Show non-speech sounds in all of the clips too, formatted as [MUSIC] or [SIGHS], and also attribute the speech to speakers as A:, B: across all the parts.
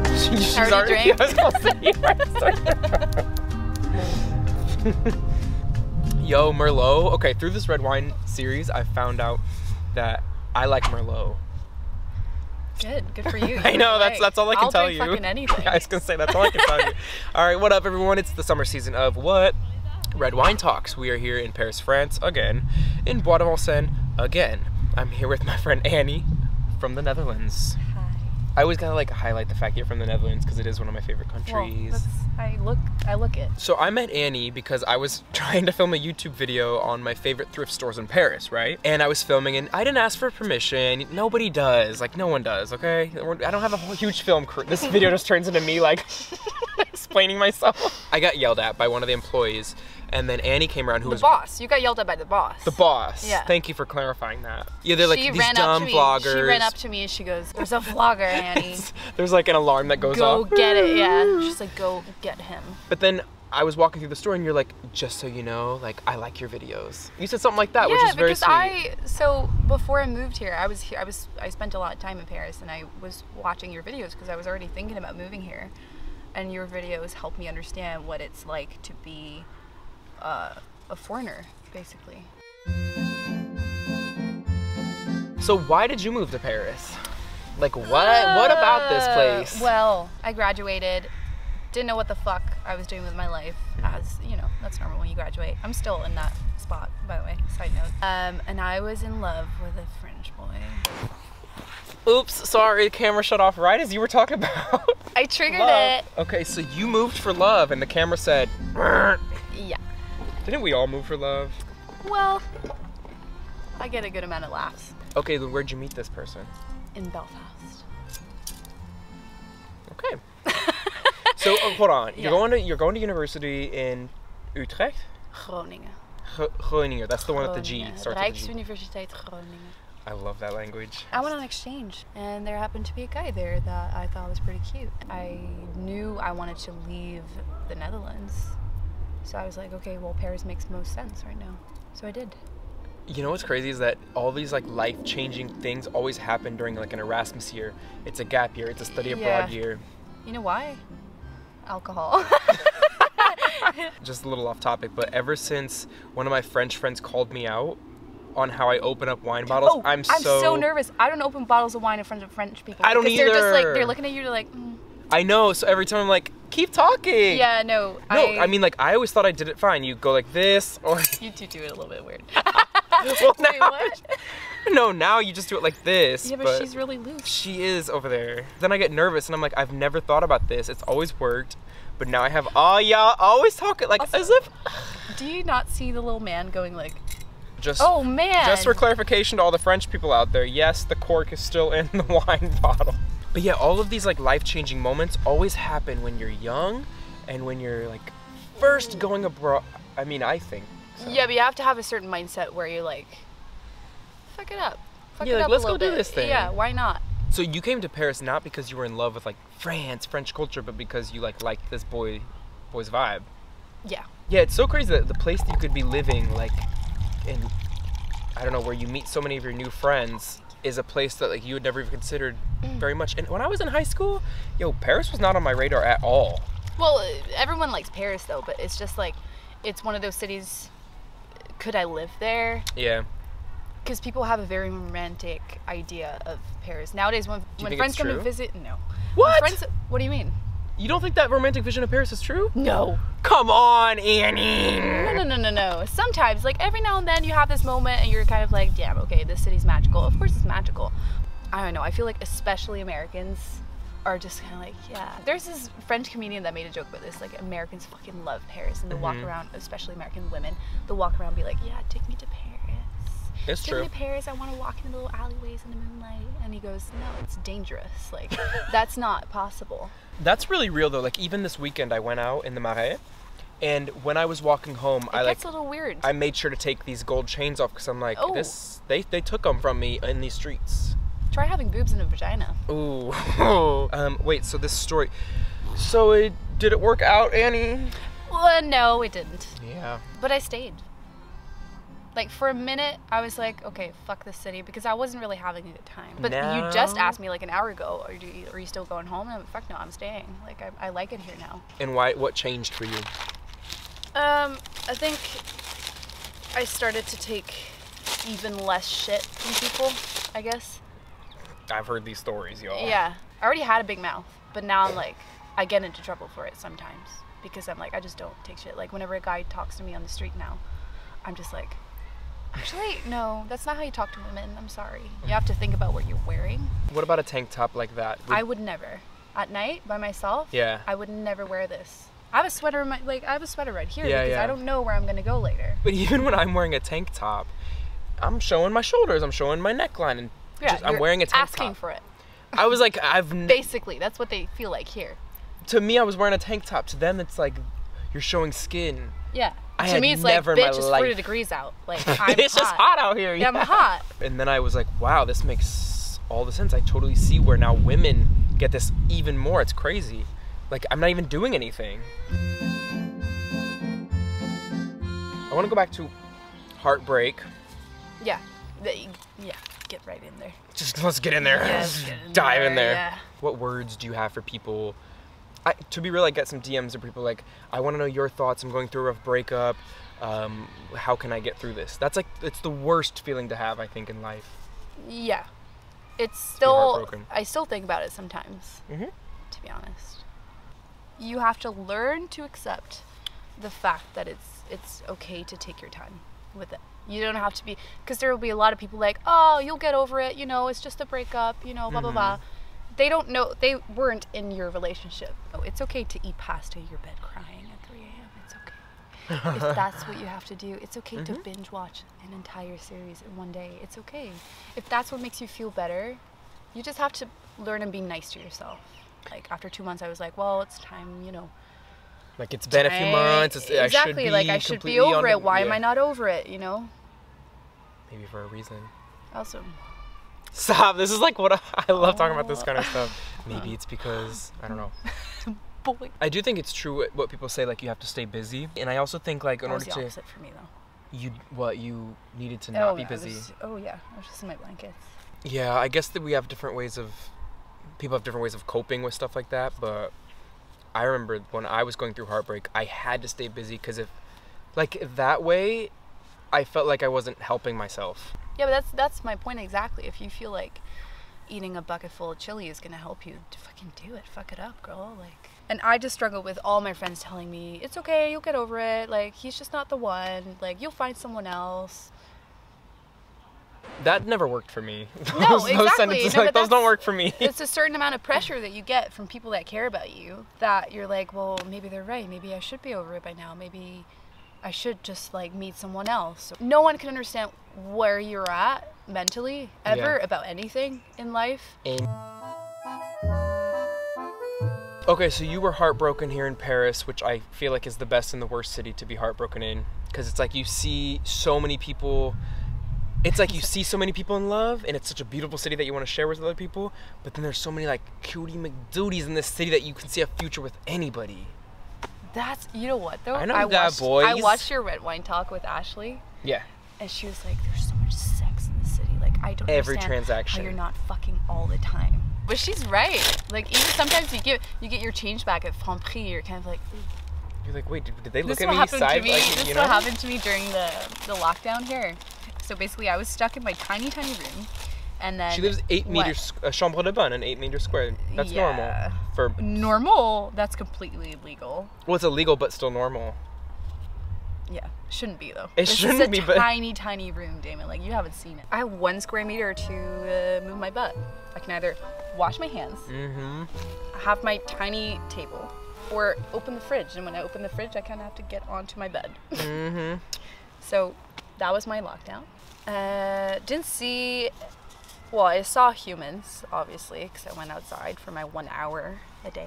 A: already drank.
B: I
A: [LAUGHS]
B: was gonna say, you already- [LAUGHS] Yo, Merlot. Okay, through this red wine series, I found out that I like Merlot. [LAUGHS]
A: Good, good for you.
B: I
A: You
B: know
A: were
B: that's
A: right.
B: that's all I can
A: I'll
B: tell
A: drink
B: [LAUGHS] you.
A: Fucking anything.
B: Yeah, I was gonna say that's all I can tell
A: [LAUGHS]
B: you. All right, what up, everyone? It's the summer season of what? Red wine talks. We are here in Paris, France, again, in Bois de Vincennes, again. I'm here with my friend Annie from the Netherlands. [LAUGHS] I always gotta like highlight the fact that you're from the Netherlands because it is one of my favorite
A: Well,
B: countries.
A: that's, I look, I look it.
B: So I met Annie because I was [LAUGHS] trying to film a YouTube video on my favorite thrift stores in Paris, right? And I was filming and I didn't ask for permission. Nobody does. Like no one does, okay? We're- I don't have a whole huge film crew. This [LAUGHS] video just turns into me like [LAUGHS] [LAUGHS] explaining myself. I got yelled at by one of the employees and then Annie came around who
A: The
B: was
A: boss. You got yelled at by the boss.
B: the boss.
A: Yeah.
B: Thank you for clarifying that. Yeah, they're like
A: she
B: these
A: ran
B: dumb
A: up to
B: vloggers.
A: me. She ran up to me and she goes, "There's
B: [LAUGHS]
A: a vlogger, Annie.
B: There's like an alarm that goes
A: go
B: off.
A: get it." Yeah. She's like, "Go get him."
B: But then I was walking through the store and you're like, just so you know, like I like your videos. You said something like that, which
A: yeah,
B: is very
A: because
B: sweet.
A: I so before I moved here, I was here. I was I spent a lot of time in Paris, and I was watching your videos because I was already thinking about moving here, and your videos helped me understand what it's like to be uh, a foreigner, basically.
B: So why did you move to Paris? Like what? what about this place?
A: Uh, Well, I graduated, didn't know what the fuck I was doing with my life. As you know, that's normal when you graduate. I'm still in that spot, by the way. Side note. Um, and I was in love with a French boy.
B: Oops, sorry, the camera shut off right as you were talking about. [LAUGHS]
A: I triggered
B: love.
A: it.
B: Okay, so you moved for love, and the camera said, "Brrr."
A: Yeah.
B: "Didn't we all move for love?"
A: Well, I get a good amount of laughs
B: Okay, then where'd you meet this person?
A: in Belfast. [LAUGHS]
B: Okay. so oh, hold on,
A: Yeah.
B: you're going to you're going to university in Utrecht,
A: Groningen.
B: Gro- Groningen. That's the one at the G
A: Groningen.
B: starts with the G.
A: Rijksuniversiteit Groningen.
B: I love that language.
A: I went on exchange, and there happened to be a guy there that I thought was pretty cute. I knew I wanted to leave the Netherlands, so I was like, okay, well, Paris makes most sense right now. So I did.
B: You know what's crazy is that all these like life changing things always happen during like an Erasmus year. It's a gap year. It's a study abroad
A: Yeah.
B: year.
A: You know why? Alcohol. [LAUGHS]
B: Just a little off topic, but ever since one of my French friends called me out on how I open up wine bottles,
A: oh,
B: I'm, so,
A: nervous. I don't open bottles of wine in front of French people.
B: I don't
A: because They're just like
B: either.
A: they're looking at you. They're like, mm.
B: I know. So every time I'm like, keep talking.
A: yeah, no.
B: No, I, mean like I always thought I did it fine. You go like this,
A: [LAUGHS]
B: or
A: you two do it a little bit weird.
B: [LAUGHS] well, now,
A: Wait, what?
B: [LAUGHS] no, now you just do it like this.
A: Yeah, but, she's really loose.
B: she is over there. Then I get nervous and I'm like, I've never thought about this. It's always worked. But now I have, oh, yeah, always talking like
A: Also-
B: as if.
A: Do you not see the little man going like,
B: Just,
A: oh man?
B: just for clarification to all the French people out there, yes, the cork is still in the [LAUGHS] wine bottle. But yeah, all of these like life-changing moments always happen when you're young and when you're like first going abroad. I mean, I think. so.
A: Yeah, but you have to have a certain mindset where you're like, fuck it up. Fuck
B: Yeah,
A: it
B: like,
A: up a
B: let's go
A: little
B: do
A: bit.
B: this thing.
A: Yeah, why not?
B: So you came to Paris not because you were in love with like France, French culture, but because you like liked this boy, boy's vibe.
A: Yeah.
B: Yeah, it's so crazy that the place that you could be living, like, in, I don't know, where you meet so many of your new friends, is a place that like you had never even considered
A: Mm.
B: very much. And when I was in high school, yo, Paris was not on my radar at all.
A: Well, uh, everyone likes Paris though, but it's just like, it's one of those cities. Could I live there?
B: Yeah.
A: Because people have a very romantic idea of Paris nowadays. When
B: you
A: when
B: think
A: friends
B: it's
A: come and
B: true?
A: visit, no.
B: What?
A: When friends, what do you mean?
B: You don't think that romantic vision of Paris is true?
A: No.
B: Come on, Annie.
A: No, no, no, no, no. Sometimes, like every now and then, you have this moment and you're kind of like, damn, okay, this city's magical. Of course, it's magical. I don't know. I feel like, especially Americans, are just kind of like, yeah. There's this French comedian that made a joke about this. Like, Americans fucking love Paris and they walk
B: Mm-hmm.
A: around, especially American women, they'll walk around and be like, yeah, take me to Paris.
B: It's
A: Take
B: true.
A: me to Paris. I want to walk in the little alleyways in the moonlight. And he goes, no, it's dangerous. Like, that's not possible.
B: That's really real though. Like even this weekend, I went out in the Marais, and when I was walking home,
A: It
B: [LAUGHS] I like
A: gets a little weird.
B: I made sure to take these gold chains off because I'm like,
A: Oh.
B: this they they took them from me in these streets.
A: Try having boobs in a vagina.
B: Ooh. [LAUGHS] um, wait, so this story. So it did it work out, Annie?
A: Well, no, it didn't.
B: Yeah.
A: But I stayed. Like for a minute, I was like, okay, fuck this city because I wasn't really having a good time. But
B: Now-
A: you just asked me like an hour ago, are you, are you still going home? And I'm like, fuck no, I'm staying. Like I, I like it here now.
B: And why? What changed for you?
A: Um, I think I started to take even less shit from people. I guess.
B: I've heard these stories, y'all.
A: Yeah. I already had a big mouth, but now I'm like, I get into trouble for it sometimes because I'm like, I just don't take shit. Like, whenever a guy talks to me on the street now, I'm just like, actually, no, that's not how you talk to women. I'm sorry. You have to think about what you're wearing.
B: What about a tank top like that? Would- [LAUGHS]
A: I would never. At night, by myself,
B: Yeah.
A: I would never wear this. I have a sweater, in my, like, I have a sweater right here
B: Yeah,
A: because
B: yeah.
A: I don't know where I'm going to go later.
B: but even when I'm wearing a tank top, I'm showing my shoulders. I'm showing my neckline, and
A: Yeah,
B: just, I'm
A: you're
B: wearing a tank
A: asking
B: top.
A: for it.
B: I was like, I've n-
A: Basically, that's what they feel like here.
B: to me, I was wearing a tank top. To them, it's like you're showing skin.
A: Yeah.
B: I
A: to
B: had
A: me, it's
B: never in
A: like,
B: my
A: bitch, it's 40
B: life-
A: degrees out.
B: [LAUGHS]
A: Like, I'm
B: it's just hot out here.
A: [LAUGHS] Yeah, I'm hot.
B: And then I was like, wow, this makes all the sense. I totally see where now women get this even more. It's crazy. Like, I'm not even doing anything. I want to go back to heartbreak.
A: Yeah. They, yeah. Get right in there.
B: Just let's get in there.
A: Yeah,
B: [LAUGHS] Let's
A: get in
B: dive in
A: there,
B: there.
A: yeah.
B: What words do you have for people? I, to be real, I get some DMs of people like, I want to know your thoughts. I'm going through a rough breakup. Um, how can I get through this? That's like, it's the worst feeling to have, I think, in life.
A: Yeah. It's still.
B: heartbroken.
A: I still think about it sometimes.
B: Mhm.
A: To be honest, you have to learn to accept the fact that it's it's okay to take your time with it. You don't have to be because there will be a lot of people like, oh, you'll get over it. You know, it's just a breakup. You know, blah blah blah. They don't know. They weren't in your relationship. Oh, it's okay to eat pasta in your bed crying at 3 a.m. It's okay. if that's what you have to do, it's okay to binge watch an entire series in one day. It's okay. If that's what makes you feel better, you just have to learn and be nice to yourself. Like after two months, I was like, well, it's time, you know.
B: Like it's been a few
A: I-
B: months. It's, I should
A: exactly.
B: be
A: like I should be
B: completely
A: over
B: under-
A: it. Why am
B: yeah.
A: I not over it? You know.
B: Maybe for a reason. [LAUGHS]
A: Also,
B: Stop. This is like what I, I love talking about. This kind of stuff. Maybe it's because I don't know.
A: boy,
B: I do think it's true what- what people say. Like you have to stay busy, and I also think like in
A: that was
B: order
A: the
B: to
A: opposite for me though.
B: you what you needed to not
A: oh,
B: be
A: I was-
B: busy.
A: oh yeah, I was just in my blankets.
B: Yeah, I guess that we have different ways of people have different ways of coping with stuff like that, but I remember when I was going through heartbreak, I had to stay busy because if like that way, I felt like I wasn't helping myself.
A: Yeah, but that's that's my point exactly. If you feel like eating a bucket full of chili is gonna help you, to fucking do it. Fuck it up, girl. Like, and I just struggle with all my friends telling me it's okay, you'll get over it. Like, he's just not the one. Like, you'll find someone else.
B: That never worked for me. [LAUGHS] Those, those
A: exactly.
B: sentences
A: No,
B: like
A: but
B: those don't
A: that's-
B: work for me.
A: [LAUGHS] It's a certain amount of pressure that you get from people that care about you that you're like, well, maybe they're right. Maybe I should be over it by now. Maybe I should just like meet someone else. No one can understand where you're at mentally ever
B: Yeah.
A: about anything in life.
B: Okay, so you were heartbroken here in Paris, which I feel like is the best and the worst city to be heartbroken in because it's like you see so many people. It's like you see so many people in love, and it's such a beautiful city that you want to share with other people. But then there's so many like cutie McDuties in this city that you can see a future with anybody.
A: That's you know what though.
B: I know that,
A: watched, I
B: boys.
A: watched your red wine talk with Ashley,
B: Yeah,
A: and she was like, "There's so much sex in the city. Like I don't
B: Every
A: understand
B: transaction.
A: How you're not fucking all the time." But she's right. Like even sometimes you get you get your change back at Franprix. You're kind of like,
B: you're like, wait, did, did they
A: "This
B: look at
A: what
B: me
A: happened to
B: side?
A: me.
B: like,
A: this
B: you
A: what
B: know?
A: happened to me during the the lockdown here." So basically, I was stuck in my tiny tiny room, and then
B: She lives eight
A: what?
B: meters, uh, chambre de bonne, an eight meter square. That's
A: Yeah.
B: normal for
A: Normal. That's completely illegal.
B: well, it's illegal, but still normal.
A: Yeah, shouldn't be though.
B: It
A: This
B: shouldn't
A: is a
B: be, but-
A: tiny, tiny room, Damon. Like you haven't seen it. I have one square meter to uh, move my butt. I can either wash my hands,
B: Mm-hmm.
A: have my tiny table, or open the fridge. And when I open the fridge, I kind of have to get onto my bed. [LAUGHS]
B: Mm-hmm.
A: so that was my lockdown. Uh, didn't see. Well, I saw humans obviously because I went outside for my one hour a day.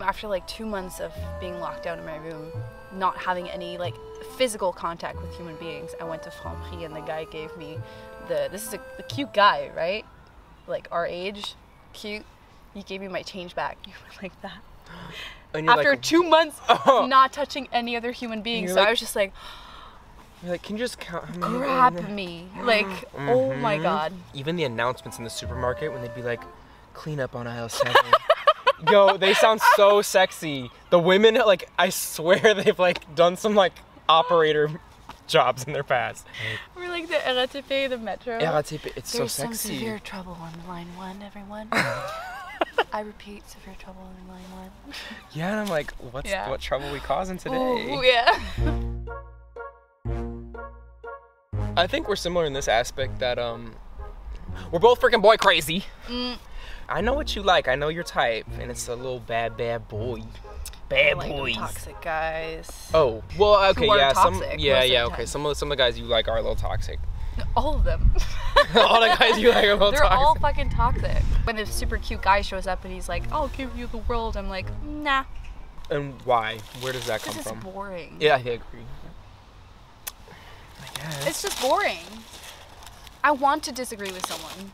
A: After like two months of being locked down in my room, not having any like physical contact with human beings, I went to Franprix and the guy gave me the. This is a, a cute guy, right? Like our age, cute. He gave me my change back. [LAUGHS] You were like that
B: And
A: after two months of
B: Oh. [LAUGHS]
A: not touching any other human being.
B: You're
A: So
B: like-
A: I was just like,
B: You're like, can you just count? how many-
A: grab me. Like, oh my
B: Mhm.
A: god.
B: Even the announcements in the supermarket when they'd be like, clean up on aisle seven. Yo, they sound so sexy. The women, like, I swear [LAUGHS] they've like done some like operator jobs in their past.
A: We're like the RATP, the metro.
B: RATP, it's
A: There's
B: so
A: some
B: sexy.
A: severe trouble on line one,
B: [LAUGHS]
A: everyone. I repeat, severe trouble on line one.
B: Yeah, and I'm like, what's
A: Yeah.
B: what trouble we causing today?
A: Ooh, Oh, yeah.
B: I think we're similar in this aspect that um we're both freaking boy crazy.
A: Mm.
B: I know what you like. I know your type, and it's a little bad, bad boy, bad
A: like
B: boys.
A: toxic guys.
B: Oh, well, okay,
A: are
B: yeah, some,
A: toxic most
B: yeah,
A: of the
B: yeah,
A: time.
B: okay. Some of the, some of the guys you like are a little toxic. [LAUGHS]
A: All of them.
B: All the
A: [LAUGHS]
B: guys you like are a little
A: They're all
B: toxic.
A: fucking toxic. When the super cute guy shows up and he's like, "I'll give you the world," I'm like, "Nah,
B: and why? Where does that come
A: this is
B: from?
A: boring.
B: Yeah, I agree. I guess.
A: It's just boring. I want to disagree
B: [LAUGHS]
A: with someone.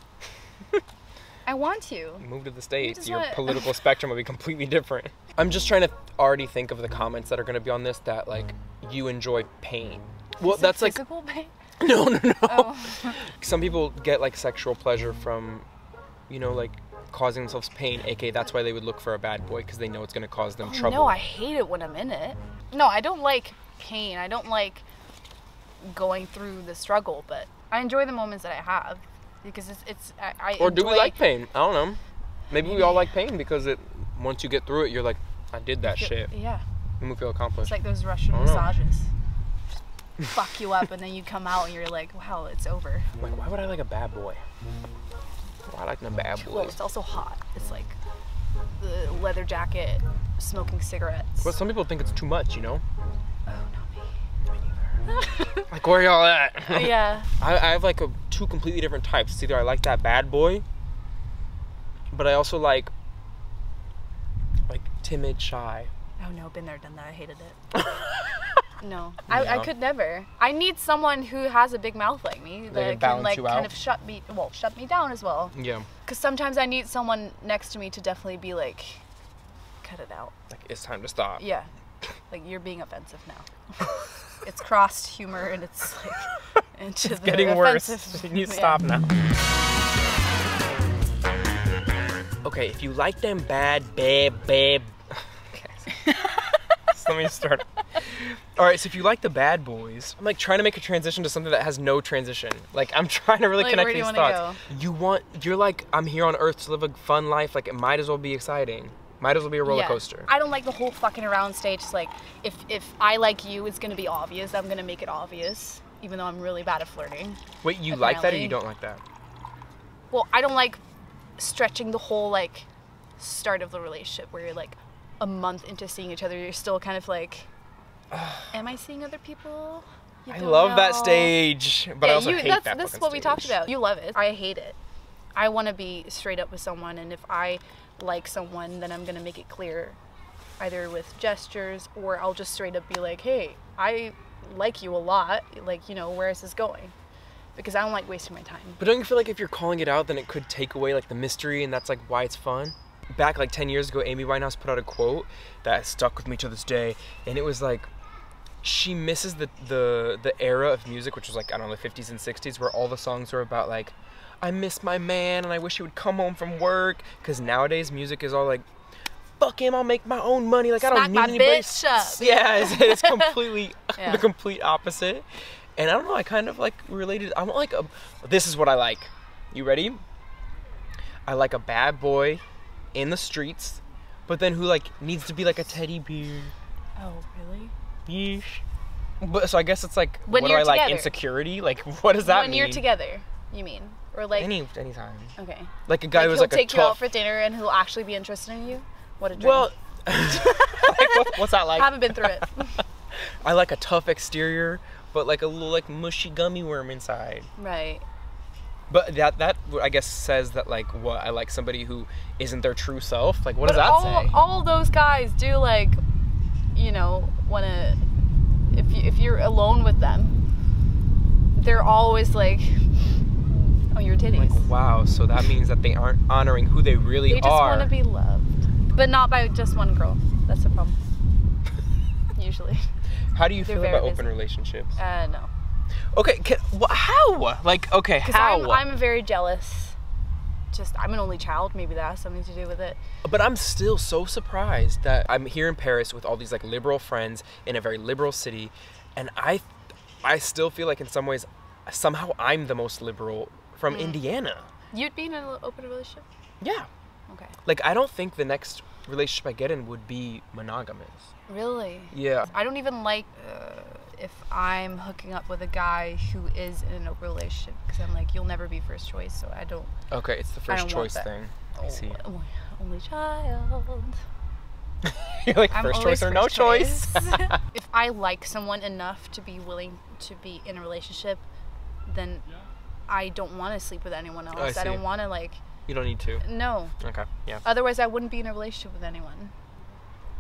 A: I want to.
B: move to the
A: just
B: states your
A: wanna-
B: political spectrum will be completely different i'm just trying to already think of the comments that are going to be on this that like you enjoy pain well
A: Is it
B: that's like
A: physical pain.
B: [LAUGHS] no no no
A: Oh,
B: some people get like sexual pleasure from you know like causing themselves pain aka that's why they would look for a bad boy because they know it's going to cause them
A: Oh,
B: trouble
A: no, I hate it when I'm in it. No, I don't like pain. I don't like going through the struggle, but I enjoy the moments that I have because it's it's I, I
B: or do we
A: enjoy-
B: like pain i don't know maybe we all like pain because it once you get through it you're like i did that shit
A: Yeah,
B: and we feel accomplished
A: it's like those Russian
B: I don't know.
A: massages. Just fuck you up, and then you come out and you're like, wow, it's over.
B: I'm like why would i like a bad boy Why i like the bad
A: Well,
B: boys
A: it's also hot. It's like the leather jacket, smoking cigarettes.
B: But some people think it's too much, you know?
A: oh, not
B: Like, where y'all at? [LAUGHS]
A: me. Oh, yeah.
B: I, I have like a, two completely different types. It's either I like that bad boy, but I also like like timid, shy.
A: Oh no, been there, done that. I hated it.
B: [LAUGHS]
A: no, I, I
B: Yeah.
A: could never. I need someone who has a big mouth like me
B: can
A: that can
B: balance
A: like
B: you
A: kind
B: out?
A: of shut me, well, shut me down as well.
B: Yeah.
A: Because sometimes I need someone next to me to definitely be like, cut it out.
B: Like, it's time to stop. [COUGHS]
A: Yeah, like you're being offensive now.
B: [LAUGHS]
A: it's crossed humor and it's like into the
B: Getting worse. [LAUGHS]
A: offensive- [LAUGHS]
B: You need to
A: yeah.
B: stop now. Okay, if you like them bad, bad, bad. Okay. [LAUGHS] so let me start. All right, so if you like the bad boys, I'm like trying to make a transition to something that has no transition. Like I'm trying to really
A: Like,
B: connect
A: where do you
B: these
A: wanna
B: thoughts. You want you're like I'm here on Earth to live a fun life. Like it might as well be exciting. Might as well be a roller
A: Yeah.
B: coaster.
A: I don't like the whole fucking around stage. It's Like, if if I like you, it's gonna be obvious. I'm gonna make it obvious, even though I'm really bad at flirting.
B: Wait, you like that or you
A: Apparently.
B: don't like that?
A: Well, I don't like stretching the whole like start of the relationship where you're like a month into seeing each other, you're still kind of like,
B: [SIGHS]
A: am I seeing other people? You
B: I
A: don't
B: love that
A: know.
B: stage, but I
A: Yeah,
B: also
A: you-
B: hate
A: that's,
B: that.
A: That's
B: fucking
A: what we talked
B: stage.
A: about. You love it. I hate it. I want to be straight up with someone, and if I like someone, then I'm gonna make it clear, either with gestures or I'll just straight up be like, "Hey, I like you a lot. Like, you know, where is this going?" Because I don't like wasting my time.
B: But don't you feel like if you're calling it out, then it could take away like the mystery, and that's like why it's fun? Back like 10 years ago, Amy Winehouse put out a quote that stuck with me to this day, and it was like, she misses the the the era of music, which was like I don't know, the 50s and 60s, where all the songs were about like, I miss my man, and I wish he would come home from work. Because nowadays, music is all like. Fuck him! I'll make my own money. Like I
A: Smack
B: don't
A: my
B: need anybody.
A: bitch up.
B: Yeah, it's,
A: [LAUGHS]
B: it's completely
A: Yeah.
B: the complete opposite. And I don't know, I kind of like related. I want like a. This is what I like. You ready? I like a bad boy in the streets, but then who like needs to be like a teddy bear.
A: Oh, really?
B: Yeesh. But so I guess it's like
A: When
B: what do
A: you're
B: I like
A: together.
B: insecurity? Like what does that
A: when
B: mean?
A: you're together, you mean, or like,
B: Any anytime.
A: okay,
B: Like a guy
A: like
B: who's
A: he'll
B: like
A: take
B: a
A: you out
B: tough. [LAUGHS]
A: for dinner and he'll actually be interested in you. What a dream.
B: well, [LAUGHS] like, what- what's that like?
A: haven't
B: [LAUGHS]
A: been through it.
B: I like a tough exterior, but like a little like mushy gummy worm inside.
A: right.
B: But that that I guess says that like what I like somebody who isn't their true self. Like what does
A: but
B: that
A: all,
B: say?
A: all those guys do like, you know, want to. If you, if you're alone with them, they're always like, "Oh, your titties."
B: Like wow, so that means that they aren't honoring who they really
A: they just
B: are.
A: want to be loved, but not by just one girl.
B: [LAUGHS]
A: That's the problem. Usually,
B: How do you
A: they're
B: feel
A: very
B: about open
A: busy.
B: relationships?
A: uh, no.
B: Okay, can, wh- how? Like, okay,
A: Because
B: how?
A: I'm, I'm very jealous. Just, I'm an only child. Maybe that has something to do with it.
B: But I'm still so surprised that I'm here in Paris with all these like liberal friends in a very liberal city, and I, I still feel like in some ways, somehow I'm the most liberal from
A: Mm.
B: Indiana.
A: You'd be in an open relationship?
B: Yeah.
A: Okay.
B: Like I don't think the next relationship I get in would be monogamous.
A: Really?
B: Yeah.
A: I don't even like uh, if I'm hooking up with a guy who is in an open relationship because I'm like, you'll never be first choice, so I don't.
B: Okay, it's the
A: I
B: first
A: don't want
B: choice
A: that.
B: thing. I see. [LAUGHS]
A: Oh, only- only child.
B: You're like
A: I'm
B: first
A: always
B: choice or no
A: first
B: choice. [LAUGHS]
A: [LAUGHS] if I like someone enough to be willing to be in a relationship, then I don't want to sleep with anyone
B: Oh, I
A: else. I,
B: see.
A: don't want to like
B: you don't need to.
A: no.
B: Okay. Yeah.
A: Otherwise, I wouldn't be in a relationship with anyone.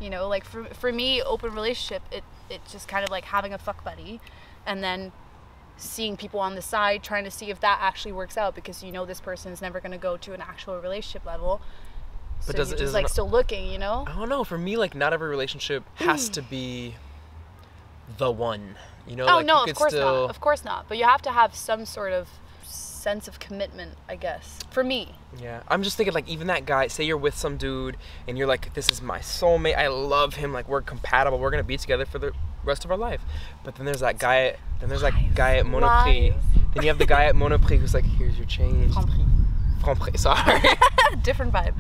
A: You know, like for for me, open relationship, it it's just kind of like having a fuck buddy, and then seeing people on the side trying to see if that actually works out because you know this person is never going to go to an actual relationship level. So
B: does
A: you're
B: it-
A: just
B: isn't Oh,
A: like
B: it-
A: still looking, you know?
B: I don't know. For me, like not every relationship
A: [GASPS]
B: has to be the one. You know.
A: Oh
B: like, you
A: no, of
B: could
A: course
B: still-
A: not. Of course not. But you have to have some sort of sense of commitment, I guess. For me,
B: Yeah, I'm just thinking like even that guy. Say you're with some dude and you're like, this is my soulmate. I love him. Like we're compatible. We're gonna be together for the rest of our life. But then there's that guy. Then there's that guy at Monoprix.
A: Lies.
B: Then you have the guy at Monoprix who's like, here's your change. Franprix, sorry. [LAUGHS]
A: [LAUGHS] different vibe.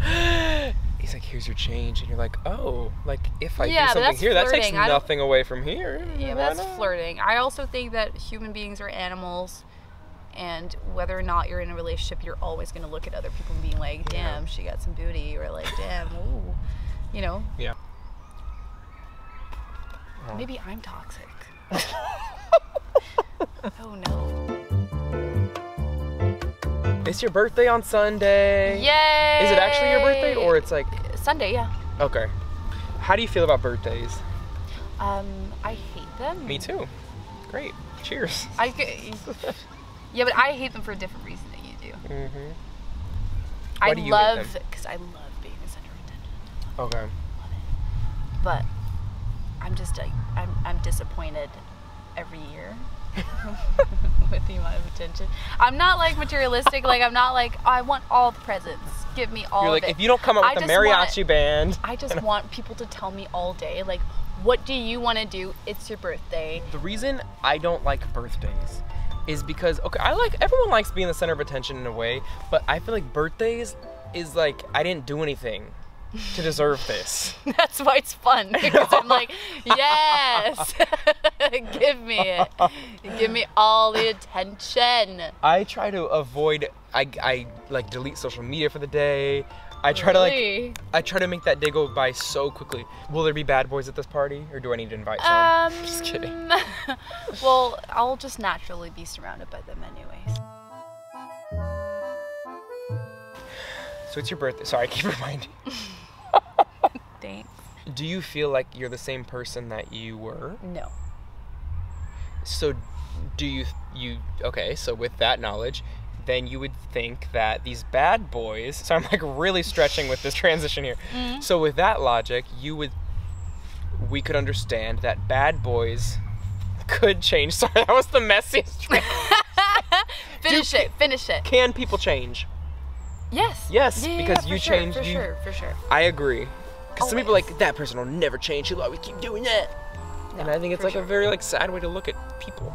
B: He's like, here's your change, and you're like, oh, like if I do
A: Yeah, but
B: something
A: that's
B: here, that takes
A: flirting. I don't-
B: nothing away from here.
A: Yeah,
B: Why
A: that's
B: not?
A: flirting. I also think that human beings are animals, and whether or not you're in a relationship, you're always going to look at other people and being like,
B: Yeah.
A: "Damn, she got some booty," or like, "Damn, ooh," you know.
B: Yeah.
A: Maybe
B: [LAUGHS]
A: I'm toxic. oh no!
B: [LAUGHS] It's your birthday on Sunday.
A: Yay!
B: Is it actually your birthday, or it's like,
A: Sunday? Yeah.
B: okay. How do you feel about birthdays?
A: Um, I hate them.
B: Me too. Great. Cheers.
A: I g- [LAUGHS] yeah, but I hate them for a different reason than you do.
B: Mm-hmm.
A: I
B: Why do you hate
A: love
B: them?
A: because I love being the center of attention,
B: Okay.
A: but I'm just like I'm I'm disappointed every year [LAUGHS] with the amount of attention. I'm not like materialistic. like I'm not like I want all the presents. Give me all.
B: You're
A: of
B: like,
A: it."
B: if you don't come up
A: I
B: with a
A: just want-
B: mariachi band,
A: I just want people to tell me all day like, what do you want to do? It's your birthday. [LAUGHS]
B: the reason I don't like birthdays is because okay, I like everyone likes being the center of attention in a way, but I feel like birthdays is like I didn't do anything [LAUGHS] to deserve this.
A: That's why
B: [LAUGHS]
A: it's fun because I'm like, yes, [LAUGHS] give me it, give me all the attention.
B: I try to avoid. I, I like delete social media for the day. I try to like.
A: Really?
B: I try to make that day go by so quickly. Will there be bad boys at this party, or do I need to invite some?
A: Um,
B: [LAUGHS] Just kidding.
A: [LAUGHS] well, I'll just naturally be surrounded by them anyways.
B: So it's your birthday. Sorry, [LAUGHS] I keep reminding. you.
A: Thanks.
B: Do you feel like you're the same person that you were?
A: No.
B: So, do you you okay? So with that knowledge, then you would think that these bad boys. [LAUGHS] So I'm like really stretching with this transition here. So with that logic, you would we could understand that bad boys [LAUGHS] could change. [LAUGHS] Sorry, that was the messiest. [LAUGHS] tra-
A: Finish it. Finish it.
B: Can people change?
A: Yes.
B: Yes,
A: Yeah, yeah,
B: because
A: yeah,
B: you
A: for sure,
B: changed-
A: For
B: you-
A: sure. For sure.
B: I agree. Because some people are
A: Always.
B: like that person will never change. She'll always keep doing that. and
A: No,
B: I think it's
A: for
B: like a
A: sure.
B: very like sad way to look at people.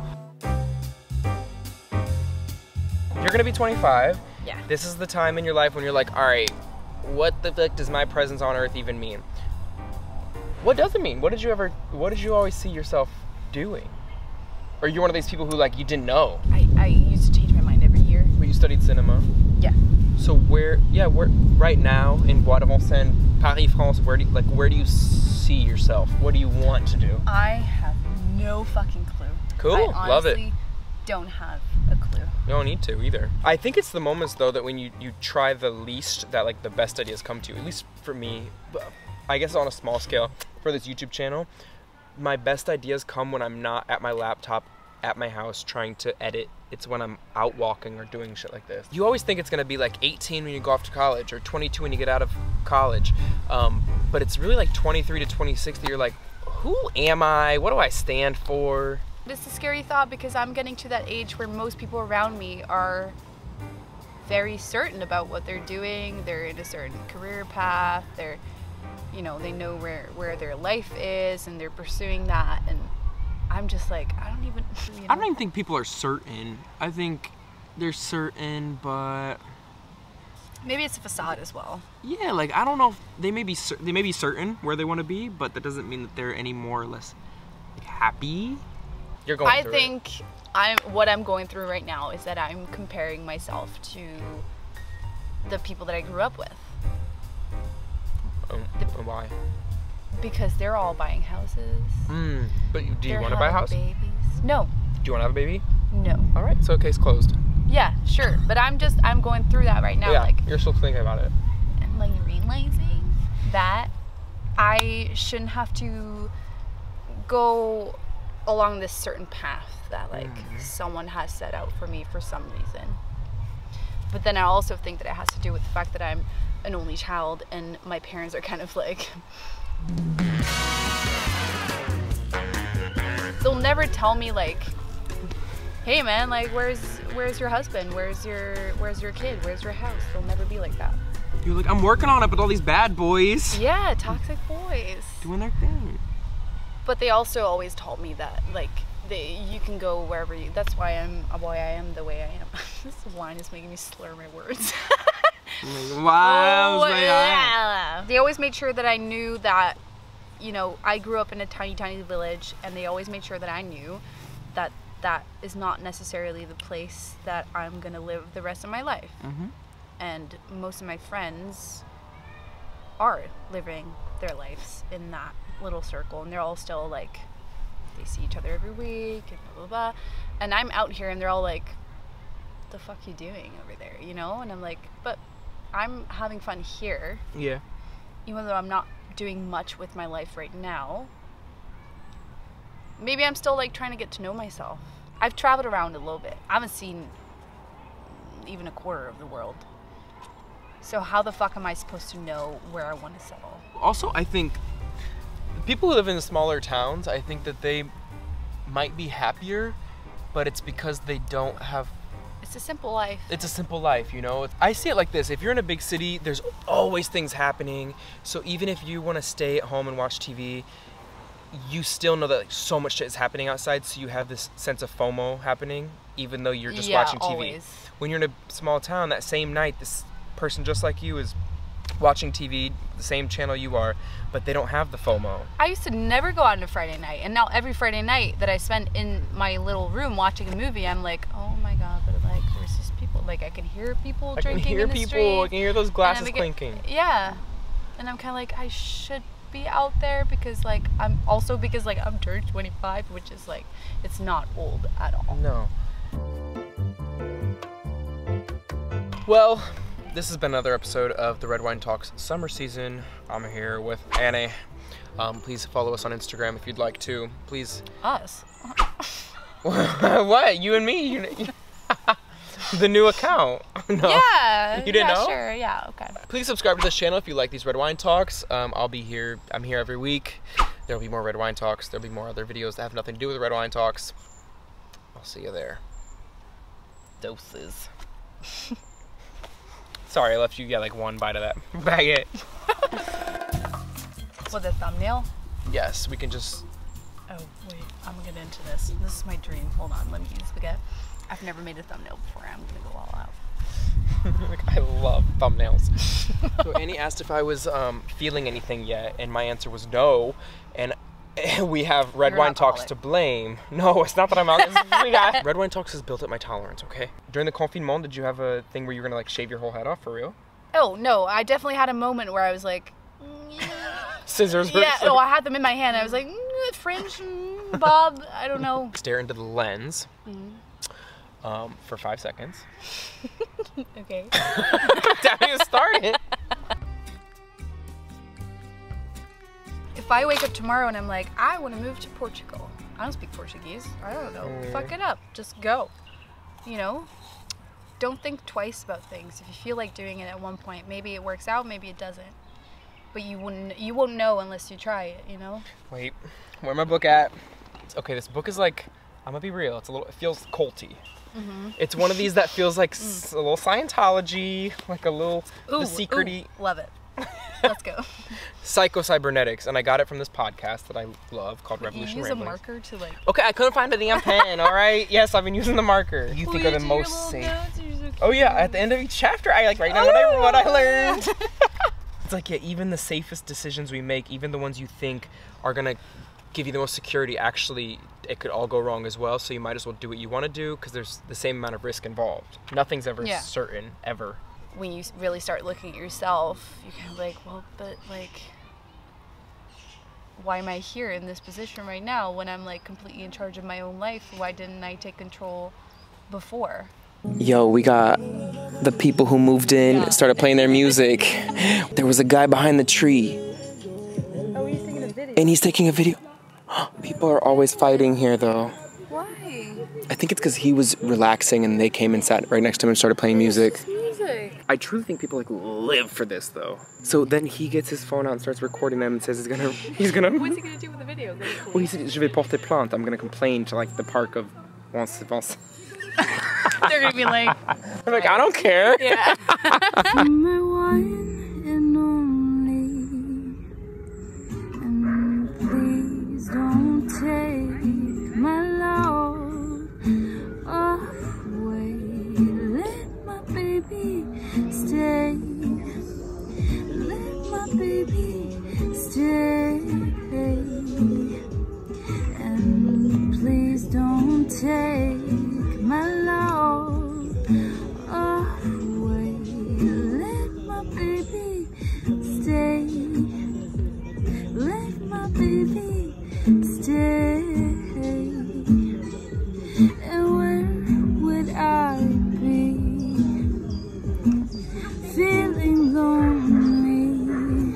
B: You're gonna be 25.
A: Yeah.
B: This is the time in your life when you're like, all right, what the fuck does my presence on earth even mean? What does it mean? What did you ever? What did you always see yourself doing? Or you're one of these people who like you didn't know,
A: I, I used to change my mind every year.
B: but you studied cinema.
A: Yeah.
B: So where? Yeah, where? Right now in Bois de Vincennes, Paris, France. Where do you, like where do you see yourself? What do you want to do?
A: I have no fucking clue.
B: Cool,
A: I honestly
B: love it.
A: Don't have a clue.
B: You don't need to either. I think it's the moments though that when you you try the least that like the best ideas come to you. At least for me, but I guess on a small scale for this YouTube channel, my best ideas come when I'm not at my laptop at my house trying to edit. It's when I'm out walking or doing shit like this. You always think it's gonna be like 18 when you go off to college or 22 when you get out of college, um, but it's really like 23 to 26 that you're like, who am I? What do I stand for?
A: It's a scary thought because I'm getting to that age where most people around me are very certain about what they're doing. They're in a certain career path. They're, you know, they know where where their life is and they're pursuing that. And I'm just like, I don't even. [LAUGHS] You know,
B: I don't even think people are certain. I think they're certain, but
A: maybe it's a facade as well.
B: yeah, like I don't know. If they may be cer- they may be certain where they want to be, but that doesn't mean that they're any more or less happy. You're going.
A: I
B: through it.
A: think I'm what I'm going through right now is that I'm comparing myself to the people that I grew up with
B: Oh, oh, why?
A: because they're all buying houses.
B: Mm, but you, do you
A: They're
B: want to buy a house?
A: having Babies. No,
B: Do you want to have a baby?
A: no.
B: All right, so case closed.
A: Yeah, sure. But I'm just I'm going through that right now.
B: yeah,
A: Like
B: you're still thinking about it.
A: I'm like realizing that I shouldn't have to go along this certain path that like someone has set out for me for some reason. But then I also think that it has to do with the fact that I'm an only child and my parents are kind of like they'll never tell me like hey man like where's where's your husband where's your where's your kid where's your house they'll never be like that
B: You're like, I'm working on it, but all these bad boys
A: yeah, toxic boys.
B: doing their thing.
A: But they also always told me that like they, you can go wherever you. That's why I'm why I am the way I am. [LAUGHS] this wine is making me slur my words. [LAUGHS]
B: I'm like, wow.
A: Oh,
B: it's like, ah.
A: yeah. They always made sure that I knew that, you know, I grew up in a tiny, tiny village, and they always made sure that I knew that that is not necessarily the place that I'm gonna live the rest of my life.
B: Mhm.
A: And most of my friends are living their lives in that little circle, and they're all still like, they see each other every week, and blah blah blah. And I'm out here, and they're all like, "The fuck you doing over there?" You know? And I'm like, but I'm having fun here,
B: yeah.
A: even though I'm not doing much with my life right now. Maybe I'm still like trying to get to know myself. I've traveled around a little bit. I haven't seen even a quarter of the world. So how the fuck am I supposed to know where I want to settle?
B: Also, I think people who live in smaller towns, I think that they might be happier, but it's because they don't have.
A: It's a simple life.
B: It's a simple life, you know. I see it like this: if you're in a big city, there's always things happening. So even if you want to stay at home and watch TV, you still know that like, so much shit is happening outside. So you have this sense of FOMO happening, even though you're just
A: Yeah,
B: watching TV
A: always.
B: when you're in a small town that same night this person just like you is watching tv the same channel you are but they don't have the fomo
A: I used to never go out on a Friday night, and now every Friday night that I spend in my little room watching a movie, I'm like, oh my god, but like, there's just people. Like, I can hear people
B: i can
A: drinking
B: hear
A: in the
B: people i
A: street,
B: can hear those
A: and I'm
B: glasses
A: like-
B: clinking
A: Yeah, and I'm kind of like, I should be out there because like I'm also because like I'm turned 25, which is like, it's not old at all.
B: no well this has been another episode of the red wine talks summer season i'm here with annie um, please follow us on instagram if you'd like to please [LAUGHS]
A: Us.
B: what you and me you, [LAUGHS] the new account [LAUGHS] no Oh.
A: Yeah.
B: You didn't
A: yeah,
B: know?
A: Sure. Yeah. Okay.
B: Please subscribe to this channel if you like these red wine talks. Um, I'll be here. I'm here every week. There'll be more red wine talks. There'll be more other videos that have nothing to do with red wine talks. I'll see you there. Doses. [LAUGHS] Sorry, I left you get like one bite of that. [LAUGHS] Bag it.
A: With a thumbnail.
B: Yes, we can just.
A: Oh wait, I'm gonna get into this. This is my dream. Hold on, let me use spaghetti. I've never made a thumbnail before. I'm gonna go all out.
B: like, [LAUGHS] I love thumbnails. so Annie asked if I was um, feeling anything yet, and my answer was no. And [LAUGHS] we have red
A: You're an
B: wine talks
A: alcoholic.
B: to blame. [LAUGHS] No, it's not that I'm out. it's just we got- red wine talks has built up my tolerance. Okay. During the confinement, did you have a thing where you were gonna like shave your whole head off for real?
A: Oh no, I definitely had a moment where I was like, mm,
B: Scissors.
A: yeah.
B: versus-
A: Oh, I had them in my hand. I was like, mm, fringe, mm, bob. I don't know.
B: [LAUGHS] Stare into the lens. Um, for five seconds.
A: Okay.
B: Damn, you started.
A: If I wake up tomorrow and I'm like, I want to move to Portugal. I don't speak Portuguese. I don't know.
B: Mm.
A: Fuck it up. Just go. You know. Don't think twice about things. If you feel like doing it at one point, maybe it works out, maybe it doesn't. But you wouldn't. You won't know unless you try it. You know.
B: Wait, where my book at? Okay, this book is like I'm gonna be real. It's a little. It feels culty.
A: Mm-hmm.
B: It's one of these that feels
A: [LAUGHS]
B: like s- a little Scientology, like a little
A: Mm. Ooh,
B: the e- secrety [LAUGHS]
A: ooh, love it. Let's go.
B: psycho cybernetics, and I got it from this podcast that I love called
A: you
B: Revolution
A: use a
B: Ramblings.
A: marker to like.
B: Okay, I couldn't find a damn pen. All right, yes, I've been using the marker. You think are the most safe. Oh yeah, at the end of each chapter, I like write down what I, what
C: Oh.
B: I
C: [LAUGHS]
B: learned. it's like yeah, even the safest decisions we make, even the ones you think are gonna give you the most security, actually it could all go wrong as well. So you might as well do what you want to do because there's the same amount of risk involved. Nothing's ever
A: Yeah.
B: certain ever.
A: when you s- really start looking at yourself, you're kind of like, well, but like, why am I here in this position right now when I'm like completely in charge of my own life? Why didn't I take control before?
C: yo, we got the people who moved in started playing their music. There was a guy behind the tree. Oh, he's taking a video. And Oh, he's taking a video. [GASPS] People are always fighting here though. Why? I think it's because he was relaxing and they came and sat right next to him and started playing music. I truly think people like live for this though. So then he gets his phone out and starts recording them and says he's gonna [LAUGHS] he's gonna What's he gonna
A: [LAUGHS]
C: do with the video? Well he said je vais porter plainte. I'm gonna complain to like the park of Vence Vence.
A: They're gonna be like,
C: [LAUGHS] I'm like, I don't care.
A: yeah.
D: my one and only. And please don't take my love away. Let my baby stay. Let my baby stay. And please don't take my love away. Let my baby stay. Let my baby stay. And where would I be? Feeling lonely,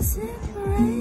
D: separated.